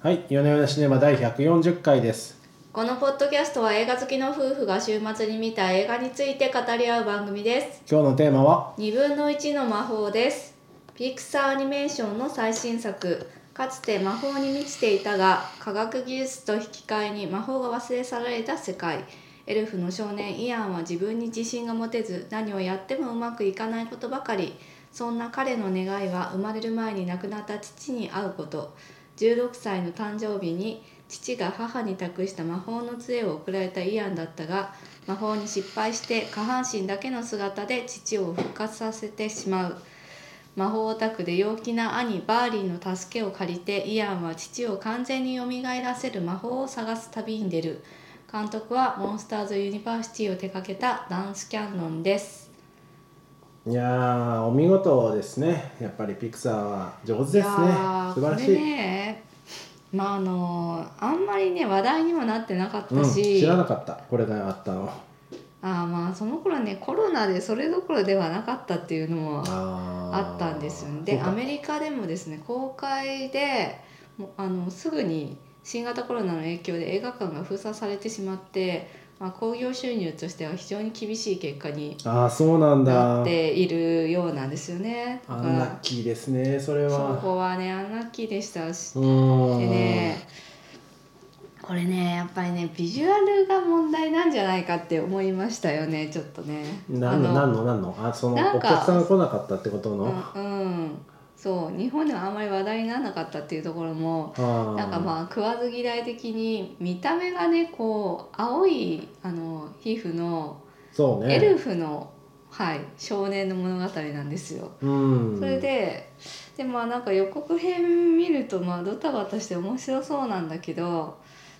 はい、夜な夜なシネマ第140回です。このポッドキャストは映画好きの夫婦が週末に見た映画について語り合う番組です今日のテーマは、 2分の1の魔法ですピクサーアニメーションの最新作かつて魔法に満ちていたが科学技術と引き換えに魔法が忘れ去られた世界エルフの少年イアンは自分に自信が持てず何をやってもうまくいかないことばかりそんな彼の願いは生まれる前に亡くなった父に会うこと16歳の誕生日に父が母に託した魔法の杖を贈られたイアンだったが魔法に失敗して下半身だけの姿で父を復活させてしまう魔法オタクで陽気な兄バーリーの助けを借りてイアンは父を完全によみがえらせる魔法を探す旅に出る監督はモンスターズ・ユニバーシティを手掛けたダンス・キャンノンですいやー、お見事ですね。やっぱりピクサーは上手ですねいや。ー素晴らしこれい。ねまああのあんまりね話題にもなってなかっうん、たし、知らなかった、これがあったの。ああまあその頃ねコロナでそれどころではなかったっていうのもああったんですよねでアメリリカでもですね公開でもうあのすぐに新型コロナの影響で映画館が封鎖されてしまって、まあ、興行収入としては非常に厳しい結果にカ。あーそうなんなだっ。ているようなんですよねだアかンラッらキーですね、それそは。こはねアンラッキーでしたしうーん。でねこれねやっぱりねビジュアルが問題なんじゃないかって思いましたよねちょっとね。何あのの何の何のあそのなおんか客さんが来なかったってことの、あうん、うんそう日本ではあんまり話題にならなかったっていうところもーなんかまあ食わず嫌い的に見た目がねこう青いあの皮膚のそうねエルフの、はい、少年の物語なんですよ。うんそれででまあなんか予告編見るとまあドタバタして面白そうなんだけど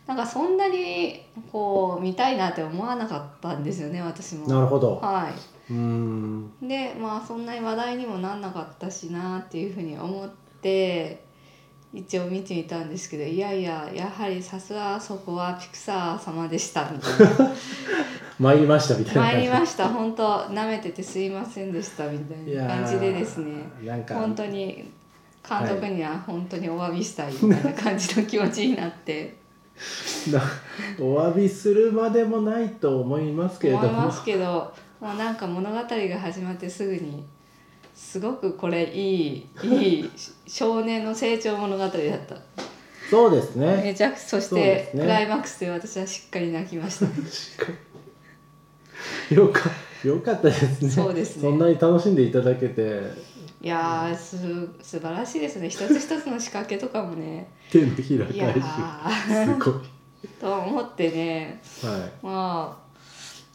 なんかそんなにこう見たいなって思わなかったんですよね私なも。るほど、はうーんい、でまあそんなに話題にもなんなかったしなっていうふうに思って一応見てみたんですけどいやいややはりさすがそこはピクサー様でしたみ たいな参りましたみたいな感参じりました本当舐めててすいませんでしたみたいな感じでですね。いやーなんか本当に監督には本当にお詫びしたいみたいな感じの気持ちになってな お詫びするまでもないと思います けれ思どいまもすけどもうなんか物語が始まってすぐにすごくこれいいいい少年の成長物語だったそうですねめちゃくそしそうでてすねクライマックスで私はしっかり泣きましたよかよかったですねそうですねそんなに楽しんでいただけていやーす素晴らしいですね一つ一つの仕掛けとかもね手のひらいや 返しーすごいと思ってねはまあ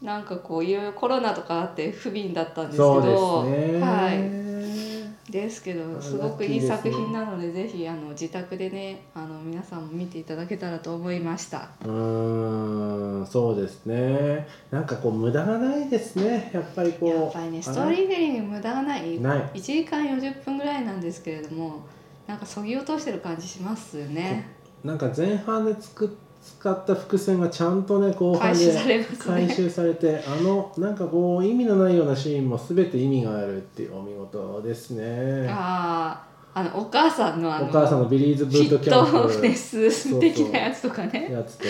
なんかこういろいろコロナとかあって不憫だったんいですけどそうですねは、はいですけラッキーどですすねごくいい作品なのでぜひあの自宅でねあの皆さんも見ていただけたらと思いましたいうーんそうですねなんかこう無駄がないですねやっぱりこうやっぱりねストーリーテリング無駄がない1ない時間40分ぐらいなんですけれどもなんかそぎ落としてる感じしますよねなんか前半でつく使った伏線がちゃんとね後半回で収されます回ね収されてあのなんかこう意味のないようなシーンも全て意味があるっていうお見事ですねあああのお母さんのあおの母さんのビリーズブーヒトッキャントネプス的なやつとかねやつと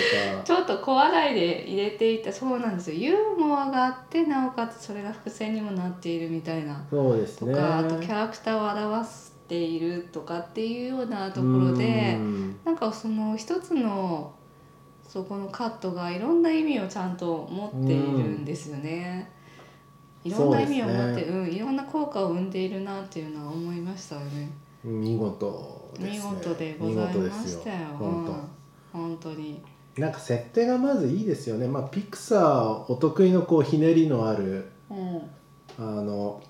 ちょっと小笑いで入れていたそうなんですよユーモアがあってなおかつそれが伏線にもなっているみたいなかそうですとねか、あとキャラクターを表しているとかっていうようなところでうんなんかその一つのそこのカットがいろんな意味をちゃんと持っているんですよね。うんいろんな意味をそ持うっでてすう、ん、いろんな効果を生んでいるなっていうのは思いましたよね。見事ですね見事でございましたよ。本当うん本当に。なんか設定がまずいいですよねまあピクサーお得意のこうひねりのあるうんあの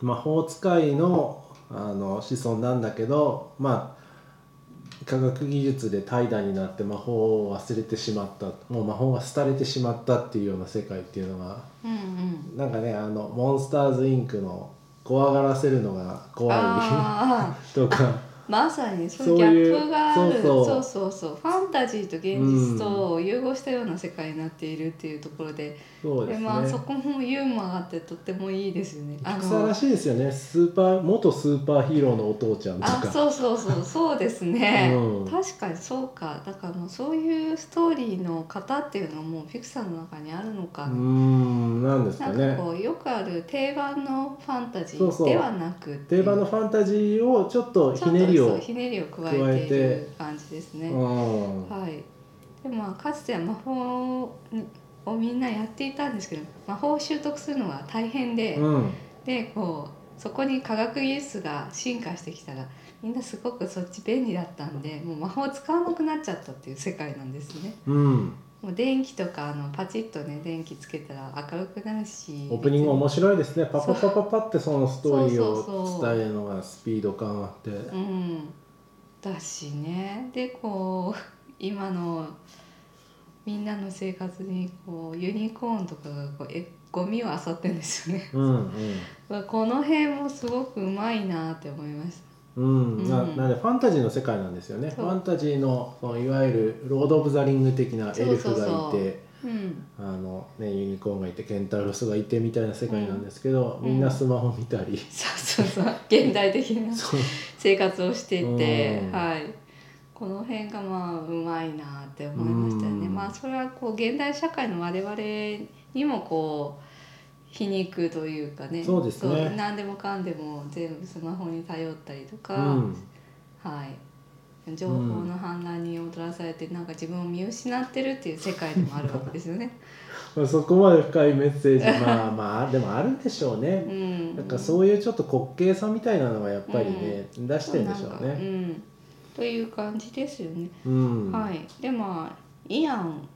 魔法使いのあの子孫なんだけどまあ科学技術で怠惰になって魔法を忘れてしまったもう魔法が廃れてしまったっていうような世界っていうのがうんうんなんかねあのモンスターズインクの怖がらせるのが怖いああ とかまさにそそのうギャいうップがあそるそうそうそううそうファンタジーと現実と融合したような世界になっているっていうところで,、そうですねまあそこもユーモアがあってとってもいいですよね。あピクサーらのしいですよねスーパー元スーパーヒーローのお父ちゃんとあかそうそうそうそうですね、うん確かにそうかだからもうそういうストーリーの型っていうのもピクサーの中にあるのかうーんなんですなかんかねこうよくある定番のファンタジそうそうーではなくって定番のファンタジーをちょっとひねりちょっとそをうひねりを加加ええていてる感じですね。うんはい、でまあかつては魔法をみんなやっていたんですけど魔法を習得するのが大変で、うんでこうそこに科学技術が進化してきたらみんなすごくそっち便利だったんでもう魔法を使わなくなっちゃったっていう世界なんですね。うんもう電気とかあのパチッとね電気つけたら明るくなるしオープニング面白いですねパパパパパってそのストーリーそうそうをそう伝えるのがスピード感あってうん、だしねでこう今のみんなの生活にこうユニコーンとかがこうえゴミを漁ってるんですよね うんこの辺もすごくうまいなって思いましうんうん、なうんなんでファンタジーの世界なんですよねフそうァンタジーのそのいわゆる「ロード・オブ・ザ・リング」的なエルフがいてそうそうそうた、うん、あのね、ユニコーンがいてケンタウロスがいてみたいな世界なんですけど、うんみんなスマホ見たり、そうそうそう現代的なそう生活をしていてうんはいこの辺がまあうまいなって思いましたよねうんまあそれはこう現代社会の我々にもこう皮肉というかねそうですねそう何でもかんでも全部スマホに頼ったりとか、うんはい情報の氾濫に踊らされてなんか自分を見失ってるっていう世界でもあるわけですよね。まあ、そこまで深いメッセー ジまあまあでもあるでしょううね、ん、なんかそういうちょっと滑稽さみたいなのがやっぱりね、出してるんでしょうなんかうね。ん、という感じですよね。うんはい、でまあイアン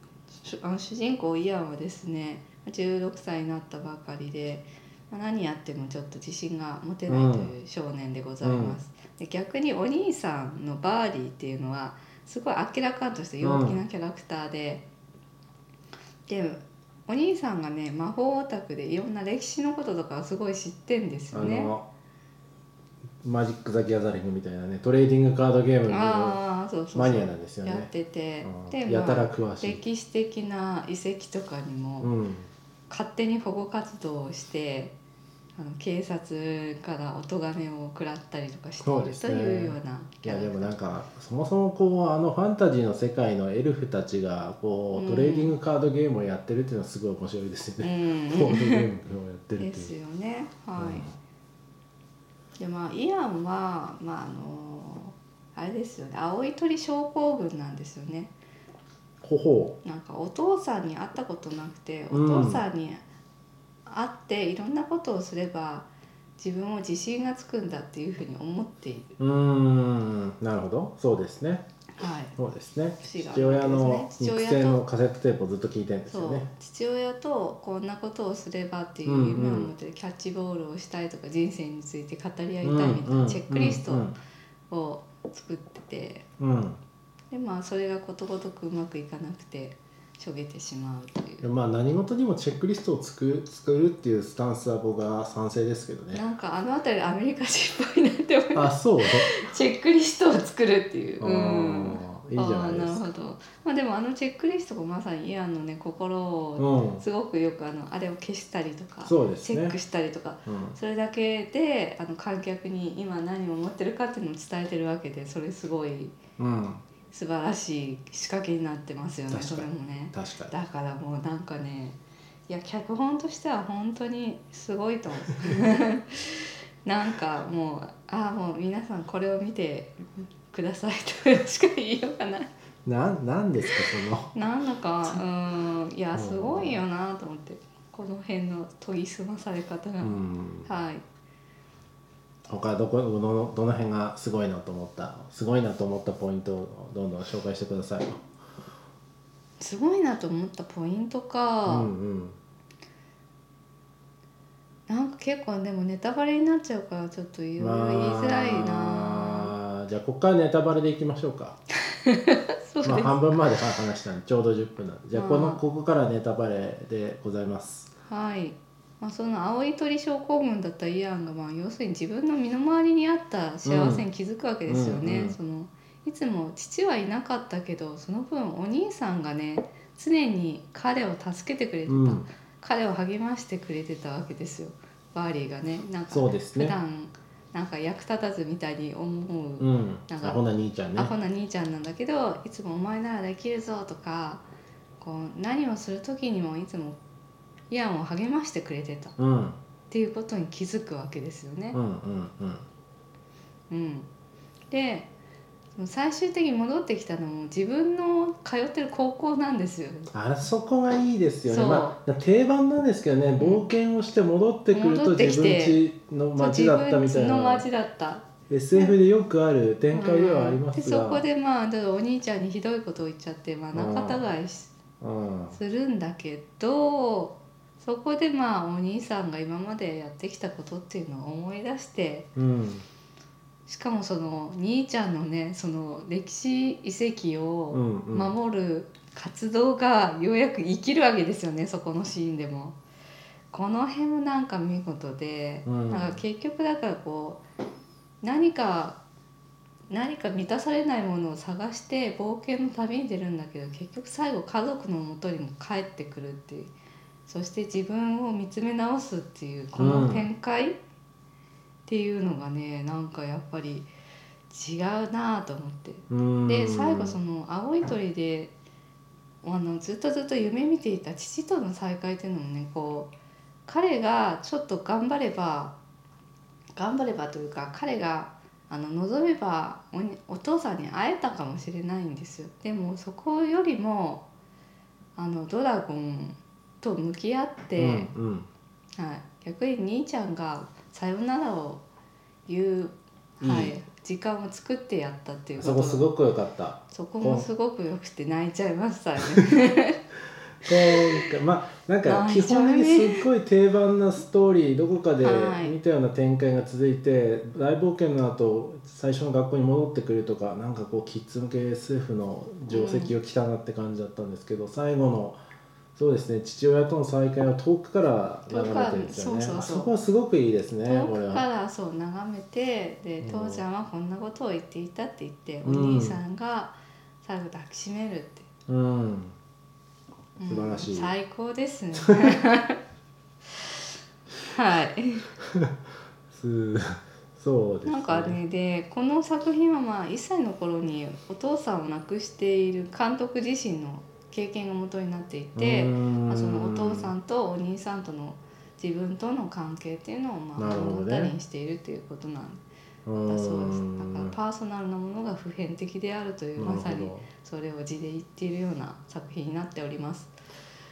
主あの主人公イアンはですね16歳になったばかりでまあ何やってもちょっと自信が持てないという少年でございます、で逆にお兄さんのバーリーっていうのはすごい明らかんとした陽気なキャラクターで、でお兄さんがね魔法オタクでいろんな歴史のこととかすごい知ってんですあよね。のマジック・ザ・ギャザリングみたいなねトレーディングカードゲームのああそうそうそうマニアなんですよやっね。てて、うでんやたまらあ詳しい。歴史的な遺跡とかにも、うん、勝手に保護活動をしてあの警察からお咎めを食らったりとかしてそういでるすとねいうようないキやャラでクもターなんかそもそもこうあのファンタジーの世界のエルフたちがこうトレーディングカードゲームをやってるっていうのはすごい面白いですよね。ボードゲうームをやってん、るでってすいう。よねうはんい、でまあイアンはまああのあれですよね青い鳥症候群なんですよねほほなんかお父さんに会ったことなくておうん父さんに会っていろんなことをすれば自分も自信がつくんだっていうふうに思っているう。うーんなるほどそうですねはいそうですね節があ父るわけ親ですねの肉声のカセットテープをずっと聞いてるんですそようね。父親とこんなことをすればっていう夢を持ってるキャッチボールをしたいとか人生について語り合いたいみたいなチェックリスうんトを作っててうんうんでまあそれがことごとくうまくいかなくてしょげてしまうといでうもまあ何事にもチェックリストを作る作るっていうスタンスは僕は賛成ですけどねなんかあの辺りアメリカ人っぽいなって思いあそう、チェックリストを作るっていう。あうんーいいじゃないですあーかるほど、まあ、でもあのチェックリストがまさにイアンのね心をうんすごくよくあのあれを消したりとか、そうですチェッねクしたりとかうんそれだけであの観客に今何を持ってるかっていうのを伝えてるわけでそれすごいうん素晴らしい仕掛けになってますよね確そかれにもね確かだからもうなんかねいや脚本としては本当にすごいと思う なんかもうああもう皆さんこれを見てくださいとしか言いようがないになんなんですかそのなんだかうんいやうんすごいよなと思ってこの辺の研ぎ澄まされ方が、うんはい他どこどのどの辺がすごいなと思ったすごいなと思ったポイントをどんどん紹介してくださいすごいなと思ったポイントうか、んうんなんか結構でもネタバレになっちゃうからちょっといろいろ言いづらいな、まあじゃあここからネタバレでいきましょうかそうです、まあ半分まで話したんでちょうど10分なんでじゃあこのあーここからネタバレでございますはいまあ、その青い鳥症候群だったイアンが、まあ、要するに自分の身の回りにあった幸せに気づくわけですようね。んうんそのいつも父はいなかったけどその分お兄さんがね常に彼を助けてくれてた、うん彼を励ましてくれてたわけですよバーリーがねなんかそうですね普段なんか役立たずみたいに思ううんなんかアホな兄ちゃんねアホな兄ちゃんなんだけどいつも「お前ならできるぞ」とかこう何をする時にもいつもイアンを励ましてくれてたっうんうんていうことに気づくわけですよねう。んうんうん、で最終的に戻ってきたのも自分の通ってる高校なんですよ。あそこがいいですよね、そうまあ、定番なんですけどね冒険をして戻ってくる戻とって自き分て家の街だったみたい自分のな町だった。 SF でよくある展開ではありまですそが、こでまあだからお兄ちゃんにひどいことを言っちゃって、まあ、仲違いしうんするんだけどそこでまあお兄さんが今までやってきたことっていうのを思い出してうんしかもその兄ちゃんのねその歴史遺跡うをんうん、守る活動がようやく生きるわけですよねそこのシーンでも。この辺もなんか見事で、うんなんか結局だからこう何か何か満たされないものを探して冒険の旅に出るんだけど結局最後家族のもとにも帰ってくるっていうそして自分を見つめ直すっていうこの展開っていうのがね、なんかやっぱり違うなぁと思ってうんで最後その青い鳥であのずっとずっと夢見ていた父との再会っていうのもねこう彼がちょっと頑張れば頑張ればというか彼があの望めばおにお父さんに会えたかもしれないんですよでもそこよりもあのドラゴンと向き合って、うんはい、逆に兄ちゃんが「さよなら」を言う、うんはいいい時間を作ってやったっていうん、うそこすごく良かったそこもすごく良くて泣いちゃいましたね。今回まあなんか基本的にすっごい定番なストーリーどこかではい見たような展開が続いて大冒険の後最初の学校に戻ってくるとかなんかこうキッズ向け SF の定石を来たなって感じだったんですけど、最後のそうですね父親との再会は遠くから眺めてるんですよね遠くからそうそうそうあそこはすごくいいですね遠これくかは。らそう眺めてでうん父ちゃんはこんなことを言っていたって言って、うんお兄さんが最後抱きしめるって、うんうん素晴らしい最高で すね。 はい。すそうですね。なんかねでこの作品はまあ1歳の頃にお父さんを亡くしている監督自身の経験が元になっていて、うんまあ、そのお父さんとお兄さんとの自分との関係っていうのをまなあるほ物ど語ねにしているっていうことなんだうんそうです。だからパーソナルなものが普遍的であるというまなさるにほどそれを字で言っているような作品になっております。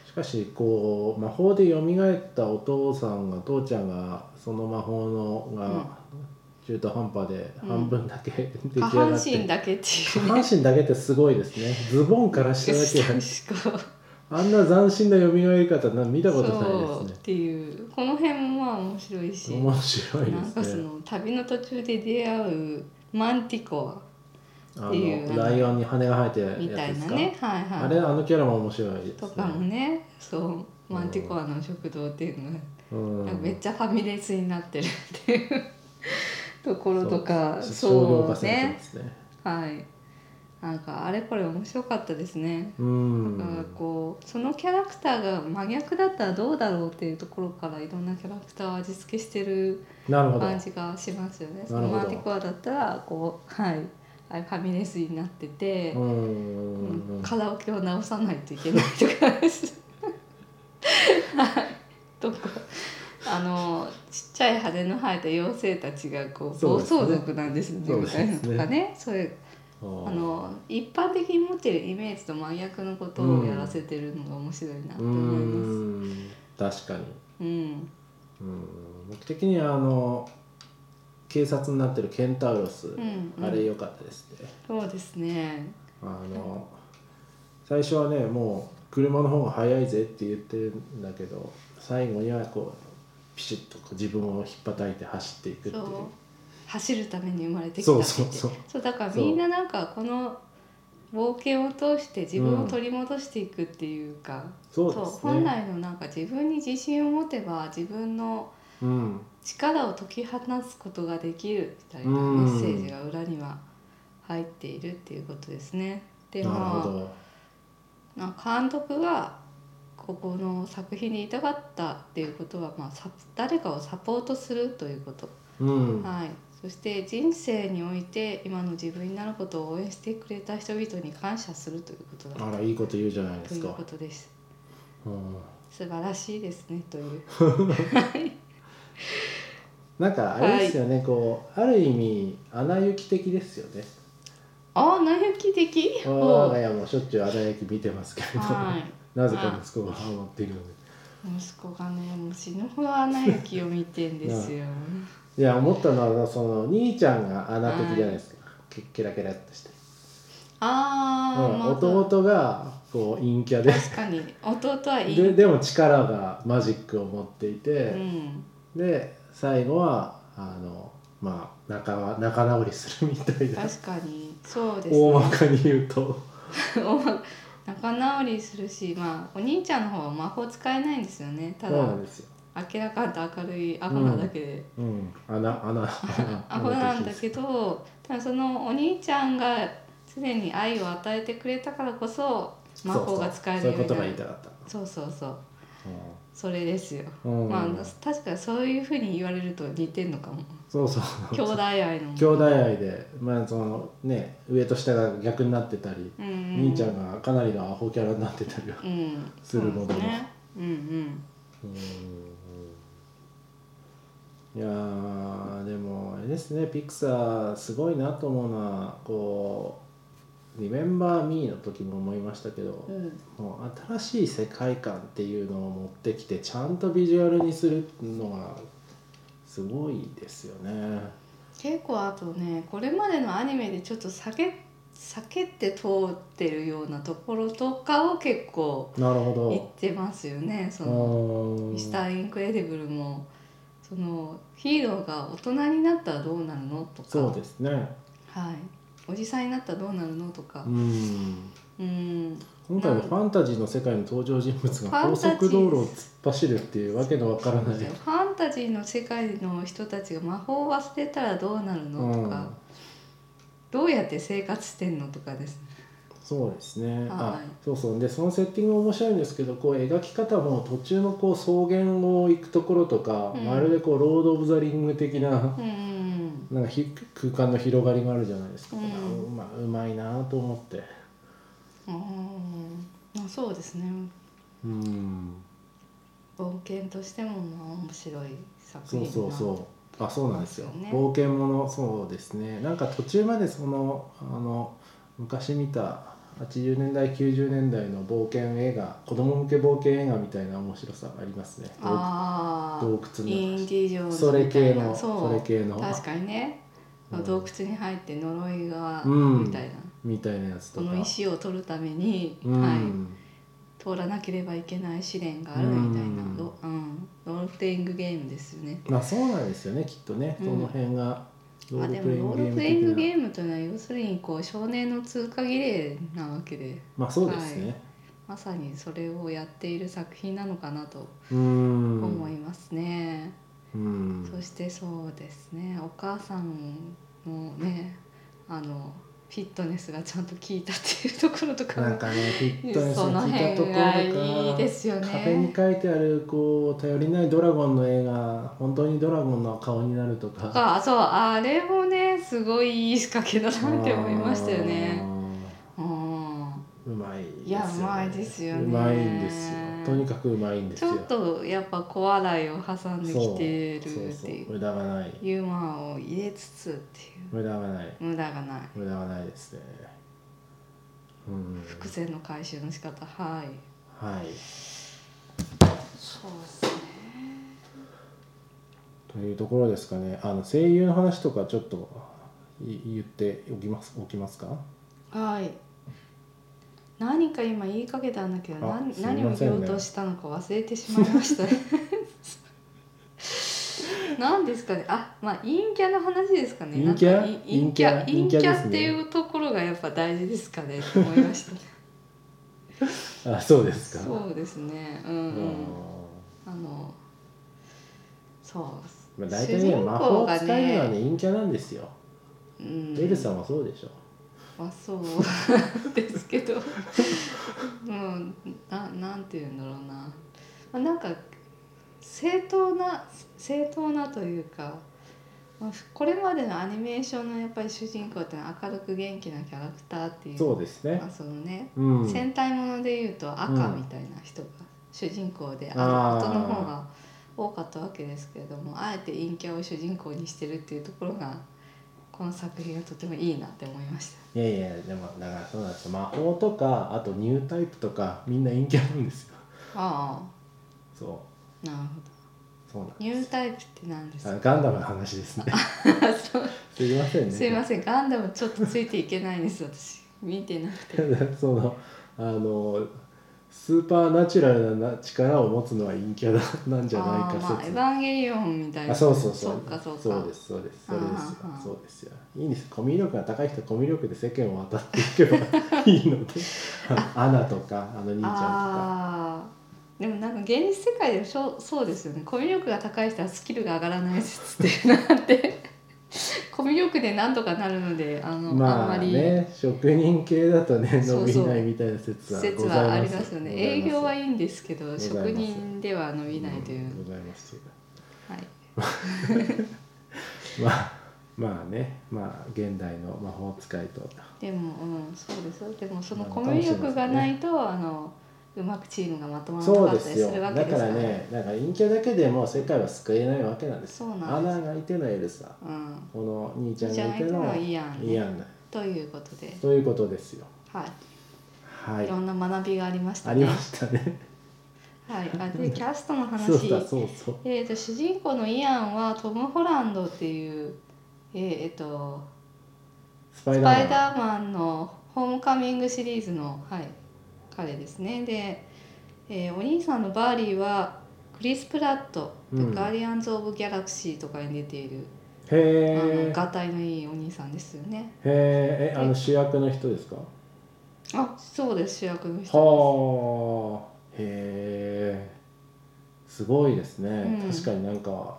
しかしこう魔法で蘇ったお父さんが父ちゃんがその魔法のうんが中途半端でうん半分だけ 出来下上半がって、身だけって下いうね。半身だけってすごいですねズボンから下だけあんな斬新な蘇り方な見たことそなういっですねていうこの辺もまあ面白いし、面白いなんでかすそねの旅の途中で出会うマンティコあっていうのライオンに羽が生えてるアみたやつでいなすか、ね、はいはい。あれあのキャラも面白いですねとかもねそうマンティコアの食堂っていうのが、うんなんかめっちゃファミレスになってるっていうところとかそうそう商業化されてまねすねはいなんかあれこれ面白かったですね、うなんんかこうそのキャラクターが真逆だったらどうだろうっていうところからいろんなキャラクターを味付けしてるなるほど感じがしますよねそなるのほどマンティコアだったらこうはいあれファミレスになってて、うんうんうんうんカラオケを直さないといけないとか です。はいとかあのちっちゃい羽の生えた妖精たちがこうそ暴うですね走族なんですねそうみですたねいなとかねそういうああの一般的に持ってるイメージと真逆のことをやらせてるのが面白いなとう思います。ん確かにうん、うん僕的にはあの警察になってるケンタウロス、んうんあれ良かったですねそうですね。あの最初はねもう車の方が速いぜって言ってるんだけど最後にはこうピシッとこう自分をひっぱたいて走っていくっていうそう走るために生まれてきたそっうてそう言ってそうそうだからそうみんななんかこの冒険を通して自分を取り戻していくっていうか、そうそうです本ね来のなんか自分に自信を持てば自分のうん力を解き放つことができるみたいなメうんッセージが裏には入っているっていうことですね。でなるまほあどなんか監督がここの作品に至ったっていうことは、まあ、サ誰かをサポートするということ、うんはい、そして人生において今の自分になることを応援してくれた人々に感謝するということだあらいいこと言うじゃないでとすいうかこ、とですうん、素晴らしいですねというなんかあれですよね、こうある意味「アナ雪」的ですよねああ内容き的我ほがう家もしょっちゅう「アナ雪」見てますけれど、はなぜか息子がハマっているのでい息子がねもう死ぬほどアナ雪を見てんですよ、いや思ったのはその兄ちゃんが穴的じゃないですか、けケラケラっとして、あうあんまあ弟がこう陰キャで確かに弟はいいででも力がマジックを持っていうて、んで最後はあのまあ仲は仲直りするみたいな、確かにそうです大 まかに言うとお仲直りするし、まあ、お兄ちゃんの方は魔法使えないんですよねたそうなだんですよ、明らかと明るいアホなだけで、うん、穴 穴穴アホなんだけどどただそのお兄ちゃんが常に愛を与えてくれたからこそ魔法が使えそうそうそういるうみことがた言いいなたかった、そうそうそううそれですよ、んうんまあ確かにそういうふうに言われると似てんの かもそうそう兄弟愛の兄弟愛で、まあそのね、上と下が逆になってたり、うんうん、兄ちゃんがかなりのアホキャラになってたりは、うんするのでもそうですねうんうんいやーでもあれですねピクサーすごいなと思うのはこう「リメンバー・ミー」の時も思いましたけど、うんもう新しい世界観っていうのを持ってきてちゃんとビジュアルにするのがすごいですよね。結構あとねこれまでのアニメでちょっと避け避けて通ってるようなところとかを結構なる言っほてますよねそのど。ミスター・インクレディブルもそのヒーローが大人になったらどうなるのとかそうですね。はい、おじさんになったらどうなるのとかうん。うん今回もなんファンタジーの世界の登場人物がファン高タジー速道路を突っ走るっていうわけのわからない。ファンタジーの世界の人たちが魔法を忘れたらどうなるのうとか、ん。どうやって生活してんのとかですねそうですね。はあい、そうそう。で、そのセッティングも面白いんですけど、こう描き方も途中のこう草原を行くところとか、うんまるでこうロードオブザリング的な。うんうんなんかひ空間の広がりがあるじゃないですか。うんうまうまいなと思って。うんあーあそうですねうん。冒険としてもまあ面白い作そ品うだなそうそう。あ、そうなんですよ。そうですよね冒険もの、そうですね。なんか途中までその、あの、昔見た。80年代90年代の冒険映画子供向け冒険映画みたいな面白さがありますねああ洞窟のインディ・ジョーンズそれ系みたいなのそそうれ系の確かにね、うん洞窟に入って呪いがうんみたいな、みたいなやつそとかの石を取るために、うんはい、通らなければいけない試練があるみたいな、うんロうん、ロールプレイングゲームですよねまあそうなんですよねきっとね、うんその辺がロあーでルプレイもロールプレインンググゲーム的ゲームというのは要するにこう少年の通過儀礼なわけでなまあそうですね、まさにそれをやっている作品なのかなとうーん思いますね、うんそしてそうですねお母さんのねあのフィットネスがちゃんと効いたっていうところとかなんかねフィットネス そのに聞いたとこ辺ろとがかいいですよ壁にね書いてあるこう頼りないドラゴンの絵が本当にドラゴンの顔になるとかあそうあれもねすごいいい仕掛けだなって思いましたよねううんまいですよ、ね、いやうまいですよねうまいんですよとにかくうまいんですちよょっとやっぱ小笑いを挟んできてるっそてういそうう無駄がないユーモアを入れつつっていう無駄がない無駄がない無駄がないですねうん伏線の回収の仕方はいはいそうですねというところですかねあの声優の話とかちょっとい言っておきますおきますかはい何か今言いかけたんだけどあ何,、すいませんね何を言おうとしたのか忘れてしまいました 何ですかねあまあ陰キャの話ですかね陰キャなんか陰陰キャ陰キャ陰キ陰キャャですっねていうところがやっぱ大事ですかねって思いましたねあそうですかそうですねうん、ううんん、あのそうまあ、大体ね魔法を使うのはね陰キャなんですよ、うんベルさんはそうでしょまあそう ですけどうんななんて言うんだろうな、まあ、なんか正当な正当なというか、まあ、これまでのアニメーションのやっぱり主人公ってのは明るく元気なキャラクターっていうそうですねまあ、そのね、うん戦隊もので言うと赤みたいな人が主人公であることの方が多かったわけですけれどもあえて陰キャを主人公にしてるっていうところがこの作品はとてもいいなって思いました。いやいやでもだからそうなんですよ魔法とかあとニュータイプとかみんな陰キャなんですよあそあなるほどうそうなんニュータイプって何です あかガンダムの話ですねすいませんねすいませんガンダムちょっとついていけないんです私見てなくてそのあのスーパーナチュラルな力を持つのは陰キャだなんじゃあないーかまあエヴ説ァンゲリオンみたいなあそうそうそうそうかそうかそうですそうですそれですよあーはーそうですよいいんですコミュ力が高い人はコミュ力で世間を渡っていけばいいのであのアナとかあの兄ちゃんとかあーでもなんか現実世界でもそうそうですよねコミュ力が高い人はスキルが上がらない説ってなって コミュ力でなんとかなるのであの、まああんまりね職人系だとねそ伸うびそうないみたいな説は説ございはあまりすますよねござい営ます業はいいんですけどございます職人では伸びないという、んございますはい、まあまあねまあ現代の魔法使いとでも、うん、そうです。でも、そのまあコミュ力がないと、あの、うまくチームがまとまらなそうかでったすりすよるわけだですかかららね。ねなんか陰キャだけでもう世界は救えないわけなんですそうなアんです。ナがいてのエルサうん。この兄ちゃんじゃがないいてとのいいやん、ね。イアンだということで、ということですよはい、、はいいろんな学びがありましたあね。りましたねはい、あ、 で、キャストの話。そうだそうそうえー、と主人公のイアンはトム・ホランドっていう、えーえーとスパイスパダーマインダーマンの「ホームカミング」シリーズの、はい、彼ですねで、えーお兄さんのバーリーはクリス・プラット「うんガーディアンズ・オブ・ギャラクシー」とかに出ている、へあのーガタイのいいお兄さんですよねへーえあの主役の人ですかあそうです主役の人ですはあへえすごいですね、うん確かになんか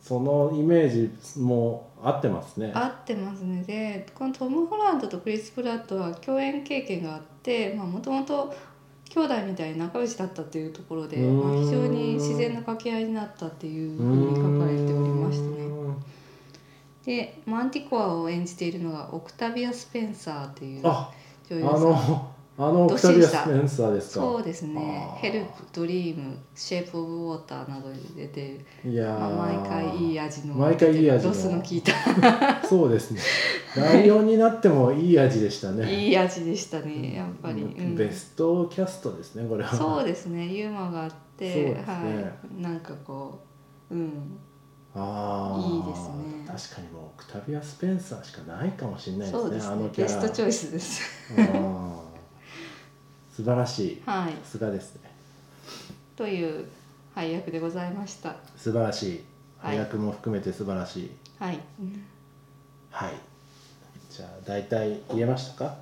そのイメージも合ってますね合ってますねでこのトム・ホランドとクリス・プラットは共演経験があってもともと兄弟みたいに仲良しだったというところで、うーんまあ、非常に自然な掛け合いになったっていううふーうんに書かれておりましたね。でマンティコアを演じているのがオクタビア・スペンサーっていう女ああ優さんのあのオどっクしタビりア・したスペンサーですかそうですねあー「ヘルプ」「ドリーム」「シェイプ・オブ・ウォーター」などに出て、いやー、まあ、毎回いい味の毎回いい味のロスの効いたそうですねライオンになっても いい味でしたねいい味でしたねやっぱり、うんベストキャストですねこれはそうですねユーモアがあっそうて、ですねはいなんかこううんああいいですね確かにもうオクタビア・スペンサーしかないかもしれないですそねうですあのねキャベラストチョイスですあー素晴らしいはいさすがですねという配役でございました素晴らしいは配い役も含めて素晴らしいはいはい、じゃあ大体言えましたか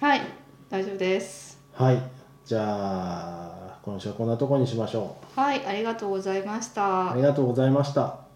はい大丈夫ですはいじゃあ今週はこんなとこにしましょはいありがとうございましうあたりがとうございました